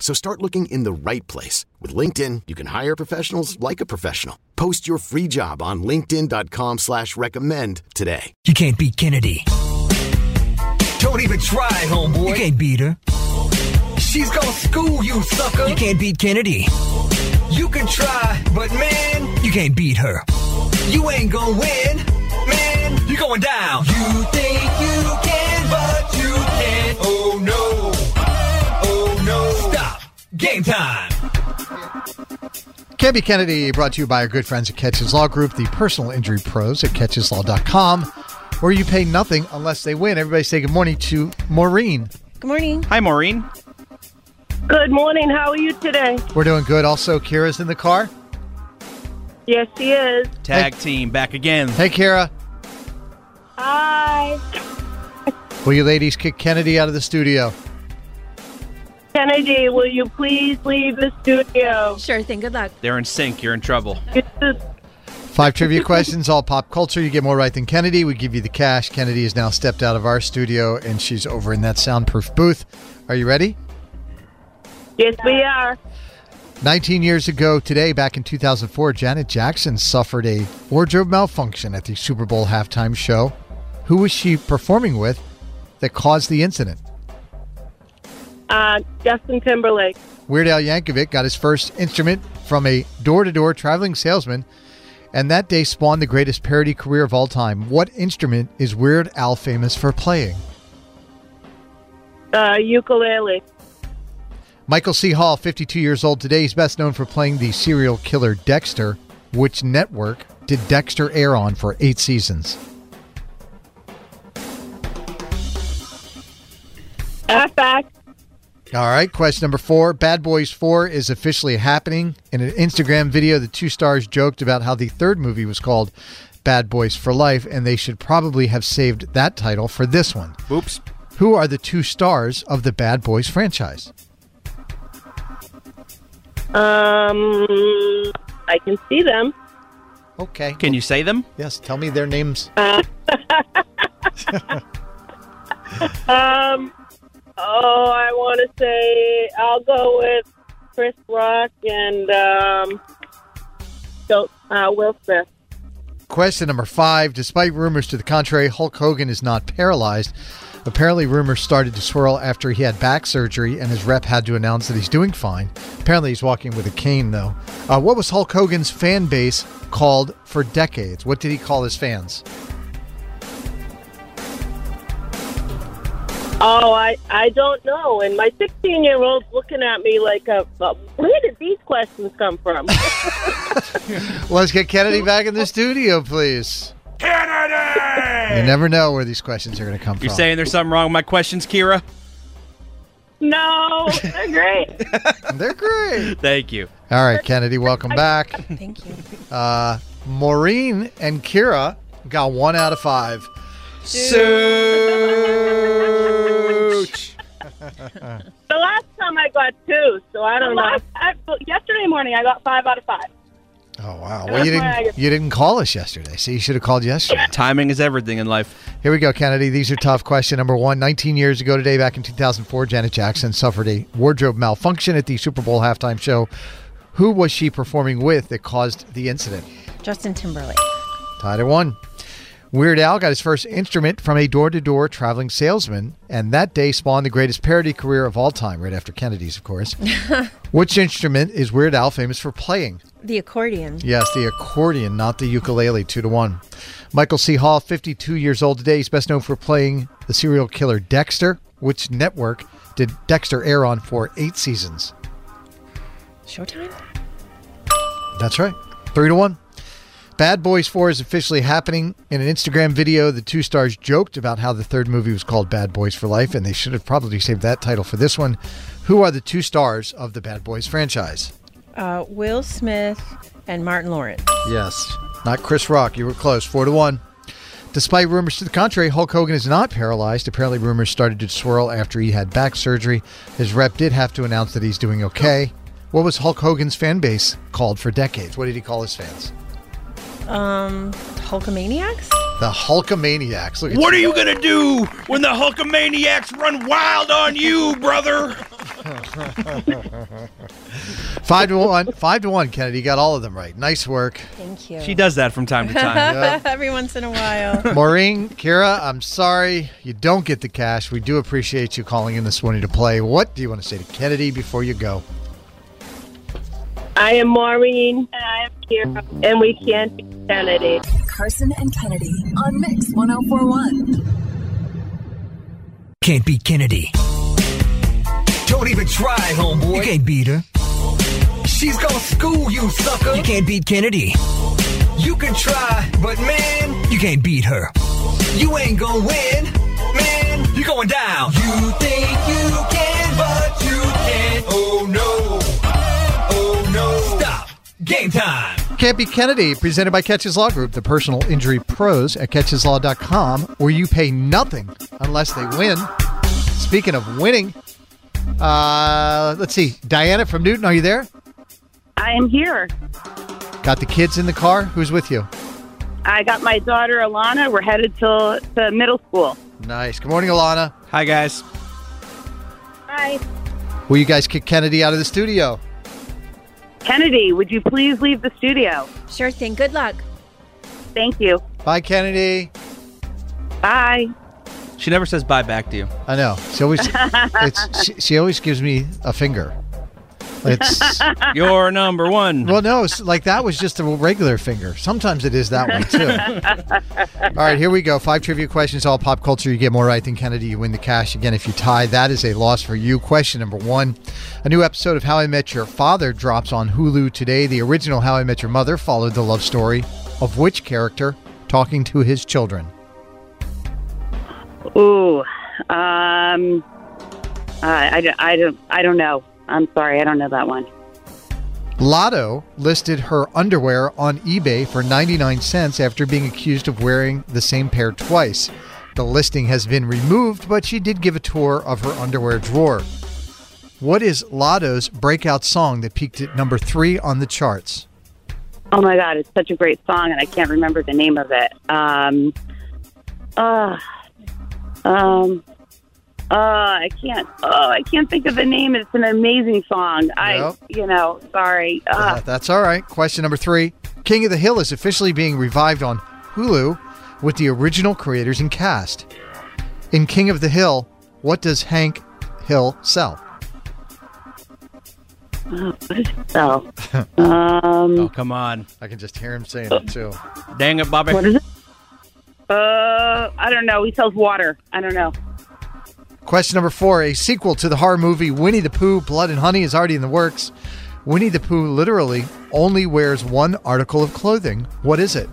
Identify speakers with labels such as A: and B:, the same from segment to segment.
A: So start looking in the right place. With LinkedIn, you can hire professionals like a professional. Post your free job on linkedin.com slash recommend today.
B: You can't beat Kennedy.
C: Don't even try, homeboy.
B: You can't beat her.
C: She's gonna school you, sucker.
B: You can't beat Kennedy.
C: You can try, but man,
B: You can't beat her.
C: you ain't gonna win. Man, you're going down. You think you can, but you can't. Oh no. Oh no. Stop. Game time.
D: Canby Kennedy brought to you by our good friends at Catches Law Group, the personal injury pros at catcheslaw.com, where you pay nothing unless they win. Everybody say good morning to Maureen.
E: Good morning.
F: Hi, Maureen.
G: Good morning. How are you today?
D: We're doing good. Also, Kira's in the car.
G: Yes, she is.
F: Tag team back again.
D: Hey, Kira.
G: Hi.
D: Will you ladies kick Kennedy out of the studio?
G: Kennedy, will you please leave the studio?
E: Sure thing. Good luck.
F: They're in sync. You're in trouble.
D: Five trivia questions, all pop culture. You get more right than Kennedy. We give you the cash. Kennedy has now stepped out of our studio and she's over in that soundproof booth. Are you ready?
G: Yes, we are.
D: 19 years ago today, back in 2004, Janet Jackson suffered a wardrobe malfunction at the Super Bowl halftime show. Who was she performing with that caused the incident?
G: Uh, Justin Timberlake.
D: Weird Al Yankovic got his first instrument from a door to door traveling salesman, and that day spawned the greatest parody career of all time. What instrument is Weird Al famous for playing?
G: Uh, ukulele.
D: Michael C. Hall, 52 years old today, he's best known for playing the serial killer Dexter. Which network did Dexter air on for eight seasons?
G: FX.
D: All right, question number four. Bad Boys 4 is officially happening. In an Instagram video, the two stars joked about how the third movie was called Bad Boys for Life, and they should probably have saved that title for this one.
F: Oops.
D: Who are the two stars of the Bad Boys franchise?
G: Um, I can see them.
D: Okay.
F: Can you say them?
D: Yes, tell me their names.
G: Um, oh, I want to say I'll go with Chris Rock and um, so, uh, Will Smith.
D: Question number five. Despite rumors to the contrary, Hulk Hogan is not paralyzed. Apparently, rumors started to swirl after he had back surgery, and his rep had to announce that he's doing fine. Apparently, he's walking with a cane, though. Uh, what was Hulk Hogan's fan base called for decades? What did he call his fans?
G: Oh, I, I don't know. And my 16 year old's looking at me like, a, uh, where did these questions come from?
D: Let's get Kennedy back in the studio, please. Kennedy! You never know where these questions are going to come
F: You're
D: from.
F: saying there's something wrong with my questions, Kira?
G: no, they're great.
D: They're great.
F: Thank you.
D: All right, Kennedy, welcome back.
E: Thank you.
D: Uh, Maureen and Kira got one out of five.
F: Such.
G: The last time I got two, so I don't know. yesterday morning, I got five out of five.
D: Oh wow! Well, you didn't you didn't call us yesterday, so you should have called yesterday.
F: Timing is everything in life.
D: Here we go, Kennedy. These are tough. Question number one. 19 years ago today, back in 2004, Janet Jackson suffered a wardrobe malfunction at the Super Bowl halftime show. Who was she performing with that caused the incident?
E: Justin Timberlake.
D: Tied at one. Weird Al got his first instrument from a door to door traveling salesman, and that day spawned the greatest parody career of all time, right after Kennedy's, of course. Which instrument is Weird Al famous for playing?
E: The accordion.
D: Yes, the accordion, not the ukulele. Two to one. Michael C. Hall, 52 years old today. He's best known for playing the serial killer Dexter. Which network did Dexter air on for eight seasons?
E: Showtime?
D: That's right. Three to one. Bad Boys 4 is officially happening. In an Instagram video, the two stars joked about how the third movie was called Bad Boys for Life, and they should have probably saved that title for this one. Who are the two stars of the Bad Boys franchise?
E: Uh, Will Smith and Martin Lawrence.
D: Yes. Not Chris Rock. You were close. Four to one. Despite rumors to the contrary, Hulk Hogan is not paralyzed. Apparently, rumors started to swirl after he had back surgery. His rep did have to announce that he's doing okay. What was Hulk Hogan's fan base called for decades? What did he call his fans?
E: Um, Hulkamaniacs?
D: The Hulkamaniacs. Look at
F: What are you gonna do when the Hulkamaniacs run wild on you, brother?
D: Five to one. Five to one, Kennedy. You got all of them right. Nice work.
E: Thank you.
F: She does that from time to time.
E: Every once in a while.
D: Maureen, Kira, I'm sorry you don't get the cash. We do appreciate you calling in this morning to play. What do you want to say to Kennedy before you go?
G: I am Maureen. And I am here. And we can't be Kennedy.
H: Carson and Kennedy on Mix 1041.
B: Can't beat Kennedy.
C: Don't even try,
B: You
C: homeboy.
B: can't beat her.
C: She's gonna school you, sucker.
B: You can't beat Kennedy.
C: You can try, but man,
B: You can't beat her.
C: you ain't gonna win. Man, you're going down. You think you can, but you can't. Oh no. Oh no. Stop. Game time.
D: Can't be Kennedy, presented by Catches Law Group, the personal injury pros at catcheslaw.com, where you pay nothing unless they win. Speaking of winning, uh, let's see. Diana from Newton, are you there?
G: I am here.
D: Got the kids in the car? Who's with you?
G: I got my daughter Alana. We're headed to, to middle school.
D: Nice. Good morning, Alana.
F: Hi guys.
G: Hi.
D: Will you guys kick Kennedy out of the studio?
G: Kennedy, would you please leave the studio?
E: Sure thing. Good luck.
G: Thank you.
D: Bye, Kennedy.
G: Bye.
F: She never says bye back to you.
D: I know. She always it's she, she always gives me a finger. It's
F: You're number one.
D: well, no, it's like that was just a regular finger. Sometimes it is that one too. all right, here we go. Five trivia questions, all pop culture. You get more right than Kennedy, you win the cash. Again, if you tie, that is a loss for you. Question number one: A new episode of How I Met Your Father drops on Hulu today. The original How I Met Your Mother followed the love story of which character talking to his children?
G: Ooh, um, I, I, don't- I don't, I don't know. I'm sorry, I don't know that one.
D: Lotto listed her underwear on eBay for 99 cents after being accused of wearing the same pair twice. The listing has been removed, but she did give a tour of her underwear drawer. What is Lotto's breakout song that peaked at number three on the charts?
G: Oh my God, it's such a great song, and I can't remember the name of it. Um, uh, um, uh, I can't. Oh, I can't think of the name. It's an amazing song. I,
D: Nope.
G: you know, sorry.
D: Uh,
G: Uh,
D: that's all right. Question number three King of the Hill is officially being revived on Hulu with the original creators and cast. In King of the Hill, what does Hank Hill sell?
G: so, um,
F: Oh, come on.
D: I can just hear him saying it too.
F: Dang it, Bobby.
G: what is it? Uh, I don't know. He sells water. I don't know.
D: Question number four A sequel to the horror movie Winnie the Pooh Blood and Honey is already in the works. Winnie the Pooh literally only wears one article of clothing. What is it?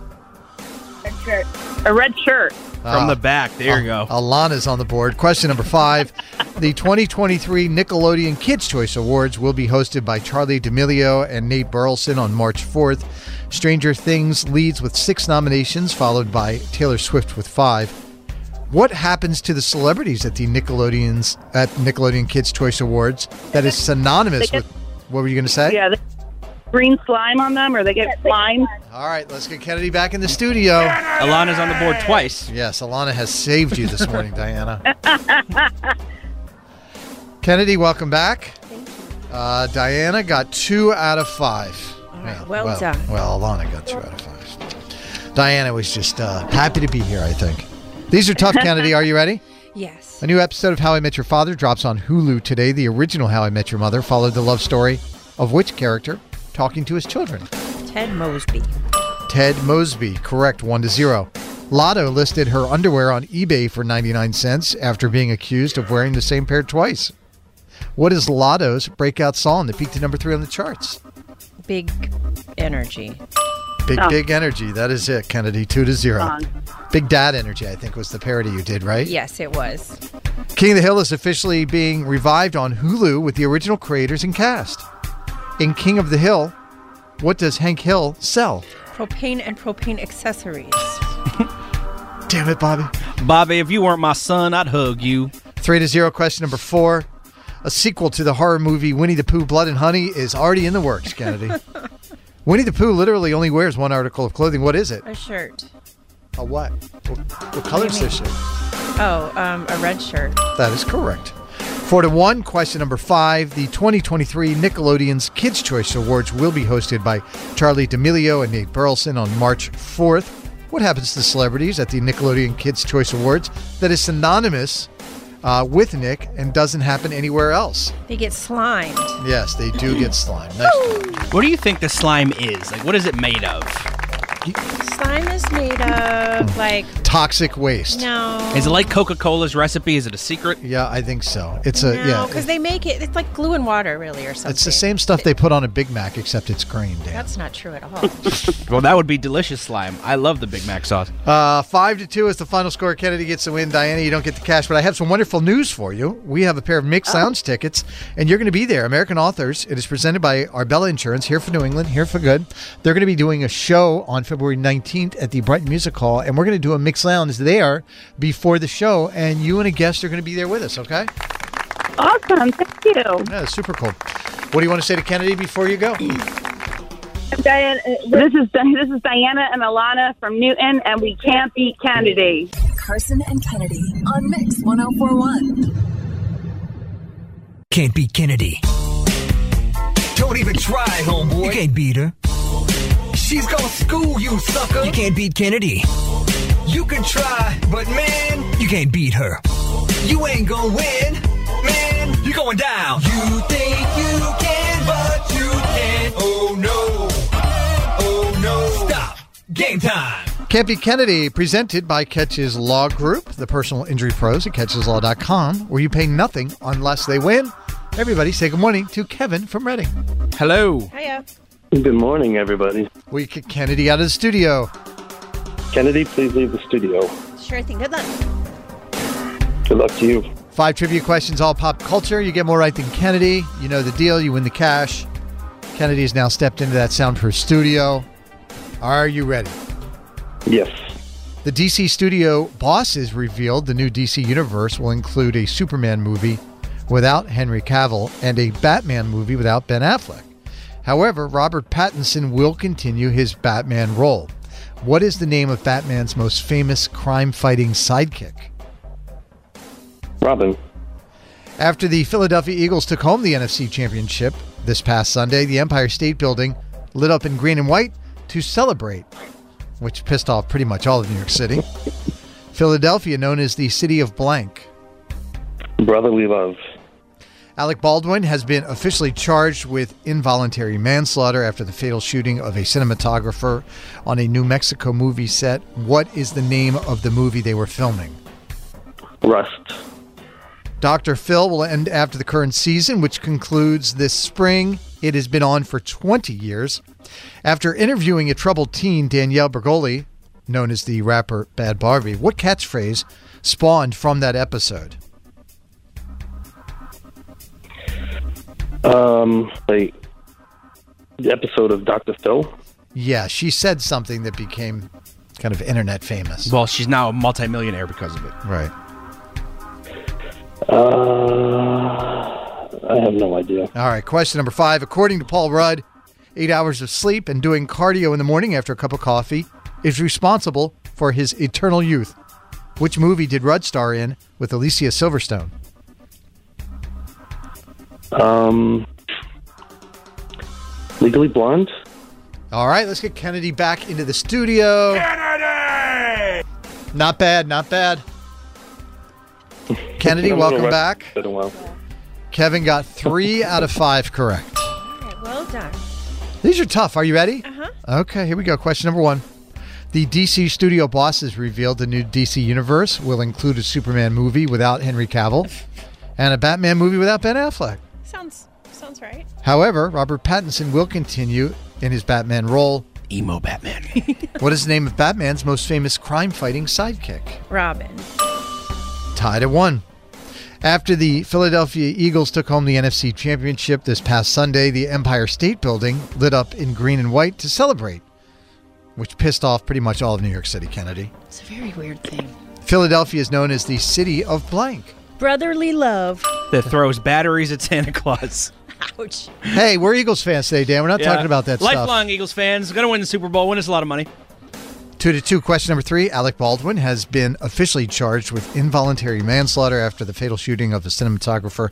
G: A red shirt.
F: From the back. There you
G: Oh.
F: go.
D: Alana's on the board. Question number five The 2023 Nickelodeon Kids' Choice Awards will be hosted by Charlie D'Amelio and Nate Burleson on March 4th. Stranger Things leads with six nominations, followed by Taylor Swift with five. What happens to the celebrities at the Nickelodeons at Nickelodeon Kids' Choice Awards that is synonymous with? What were you going to say?
G: Yeah, the green slime on them, or they get slimed.
D: All right, let's get Kennedy back in the studio.
F: Alana's on the board twice.
D: Yes, Alana has saved you this morning, Diana. Kennedy, welcome back. Uh, Diana got two out of five.
E: right, well done.
D: Well, Alana got two out of five. Diana was just uh, happy to be here, I think. These are tough, Kennedy. Are you ready?
E: Yes.
D: A new episode of How I Met Your Father drops on Hulu today. The original How I Met Your Mother followed the love story of which character talking to his children?
E: Ted Mosby.
D: Ted Mosby, correct, 1 to 0. Lotto listed her underwear on eBay for 99 cents after being accused of wearing the same pair twice. What is Lotto's breakout song that peaked at number 3 on the charts?
E: Big energy.
D: Big
E: Oh.
D: Big Energy, that is it, Kennedy, 2 to 0.
E: Song.
D: Big Dad Energy, I think, was the parody you did, right?
E: Yes, it was.
D: King of the Hill is officially being revived on Hulu with the original creators and cast. In King of the Hill, what does Hank Hill sell?
E: Propane and propane accessories.
D: Damn it, Bobby.
I: Bobby, if you weren't my son, I'd hug you.
D: Three to zero. Question number four. A sequel to the horror movie Winnie the Pooh Blood and Honey is already in the works, Kennedy. Winnie the Pooh literally only wears one article of clothing. What is it?
E: A shirt.
D: A what? What, what color
E: What do
D: is
E: you
D: this
E: mean?
D: shirt?
E: Oh, um, a red shirt.
D: That is correct. Four to one. Question number five. The 2023 Nickelodeon's Kids' Choice Awards will be hosted by Charlie D'Amelio and Nate Burleson on March 4th. What happens to celebrities at the Nickelodeon Kids' Choice Awards that is synonymous uh, with Nick and doesn't happen anywhere else?
E: They get slimed.
D: Yes, they do get slime. Nice.
I: What do you think the slime is? Like, what is it made of?
E: Slime is made of like
D: Toxic waste.
E: no.
I: Is it like Coca Cola's recipe? Is it a secret?
D: Yeah, I think so. It's a
E: No,
D: yeah.
E: because they make it. It's like glue and water, really, or something.
D: It's the same stuff they put on a Big Mac, except it's green. Dan.
E: That's not true at all.
I: Well, that would be delicious slime. I love the Big Mac sauce.
D: Uh, five to two is the final score. Kennedy gets the win. Diana, you don't get the cash, but I have some wonderful news for you. We have a pair of
E: Oh.
D: Mixed Lounge tickets, and you're going to be there. American Authors. It is presented by Arbella Insurance here for New England, here for good. They're going to be doing a show on February 19th at the Brighton Music Hall, and we're going to do a Mixed Lounge there before the show, and you and a guest are going to be there with us. Okay.
G: Awesome. Thank you.
D: Yeah, super cool. What do you want to say to Kennedy before you go?
G: Diana, uh, this is this is Diana and Alana from Newton, and we can't beat Kennedy.
H: Carson and Kennedy on Mix 1041.
B: Can't beat Kennedy.
C: Don't even try, homeboy.
B: You can't beat her.
C: She's gonna school you, sucker.
B: You can't beat Kennedy.
C: You can try, but man,
B: You can't beat her.
C: you ain't gonna win. Man, you're going down. You think you can, but you can't. Oh no. Oh no. Stop. Game time.
D: Can't Be Kennedy, presented by Catches Law Group, the personal injury pros at catcheslaw.com, where you pay nothing unless they win. Everybody say good morning to Kevin from Reading.
I: Hello.
E: Hiya.
J: Good morning, everybody.
D: We kick Kennedy out of the studio.
J: Kennedy, please leave the studio.
E: Sure thing. Good luck.
J: Good luck to you.
D: Five trivia questions, all pop culture. You get more right than Kennedy. You know the deal. You win the cash. Kennedy has now stepped into that soundproof studio. Are you ready?
J: Yes.
D: The DC studio bosses revealed the new DC universe will include a Superman movie without Henry Cavill and a Batman movie without Ben Affleck. However, Robert Pattinson will continue his Batman role. What is the name of Batman's most famous crime fighting sidekick?
J: Robin.
D: After the Philadelphia Eagles took home the NFC Championship this past Sunday, the Empire State Building lit up in green and white to celebrate, which pissed off pretty much all of New York City. Philadelphia, known as the City of Blank.
J: Brotherly love.
D: Alec Baldwin has been officially charged with involuntary manslaughter after the fatal shooting of a cinematographer on a New Mexico movie set. What is the name of the movie they were filming?
J: Rust.
D: Dr. Phil will end after the current season, which concludes this spring. It has been on for 20 years. After interviewing a troubled teen, Danielle Bergoli, known as the rapper Bad Barbie, what catchphrase spawned from that episode?
J: Um, like the episode of Dr. Phil.
D: Yeah, she said something that became kind of internet famous.
I: Well, she's now a multimillionaire because of it.
D: Right.
J: Uh, I have no idea.
D: All right, question number five. According to Paul Rudd, eight hours of sleep and doing cardio in the morning after a cup of coffee is responsible for his eternal youth. Which movie did Rudd star in with Alicia Silverstone?
J: Um, Legally Blonde.
D: All right, let's get Kennedy back into the studio. Kennedy! Not bad, not bad. Kennedy,
J: I'm
D: welcome
J: gonna
D: back.
J: rest in a while.
D: Kevin got three out of five correct.
E: All right, well done.
D: These are tough. Are you ready? Uh-huh. Okay, here we go. Question number one. The DC studio bosses revealed the new DC universe will include a Superman movie without Henry Cavill and a Batman movie without Ben Affleck.
E: Sounds sounds right.
D: However, Robert Pattinson will continue in his Batman role. Emo Batman. what is the name of Batman's most famous crime fighting sidekick?
E: Robin.
D: Tied at one. After the Philadelphia Eagles took home the NFC Championship this past Sunday, the Empire State Building lit up in green and white to celebrate, which pissed off pretty much all of New York City, Kennedy.
E: It's a very weird thing.
D: Philadelphia is known as the City of Blank.
E: Brotherly love.
I: That throws batteries at Santa Claus.
E: Ouch.
D: Hey, we're Eagles fans today, Dan. We're not
I: Yeah.
D: talking about that stuff.
I: Lifelong Eagles fans. Going to win the Super Bowl. Win us a lot of money.
D: Two to two. Question number three. Alec Baldwin has been officially charged with involuntary manslaughter after the fatal shooting of a cinematographer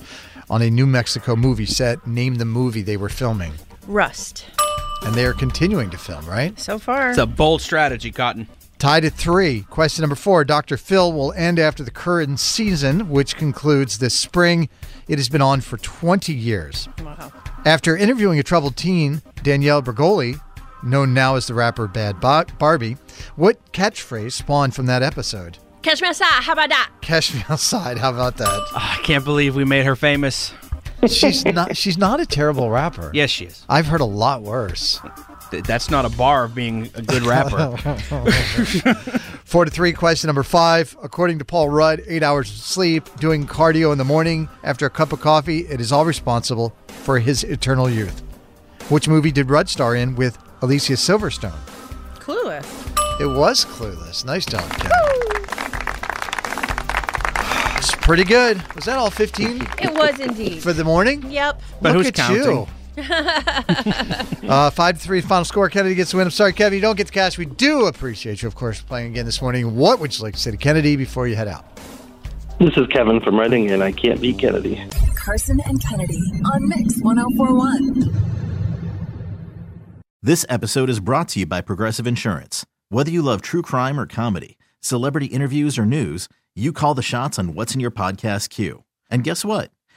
D: on a New Mexico movie set. Name the movie they were filming.
E: Rust.
D: And they are continuing to film, right?
E: So far.
I: It's a bold strategy, Cotton.
D: Tied at three. Question number four. Dr. Phil will end after the current season, which concludes this spring. It has been on for 20 years.
E: Wow.
D: After interviewing a troubled teen, Danielle Bergoli, known now as the rapper Bad Bo- Barbie, what catchphrase spawned from that episode?
E: Catch me outside. How about that?
D: Catch me outside. How about that?
I: Ah, I can't believe we made her famous.
D: she's not. She's not a terrible rapper.
I: Yes, she is.
D: I've heard a lot worse.
I: Th- That's not a bar of being a good rapper.
D: Four to three. Question number five. According to Paul Rudd, eight hours of sleep, doing cardio in the morning after a cup of coffee, it is all responsible for his eternal youth. Which movie did Rudd star in with Alicia Silverstone?
E: Clueless.
D: It was Clueless. Nice job, Ken. It's pretty good. Was that all 15
E: It was indeed.
D: for the morning?
E: Yep.
D: Look at you. Uh, five to three final score. Kennedy gets the win. I'm sorry, Kevin, you don't get the cash. We do appreciate you, of course, playing again this morning. What would you like to say to Kennedy before you head out?
J: This is Kevin from Reading, and I can't beat Kennedy.
H: Carson and Kennedy on Mix 1041.
K: This episode is brought to you by Progressive Insurance. Whether you love true crime or comedy, celebrity interviews or news, you call the shots on what's in your podcast queue. And guess what?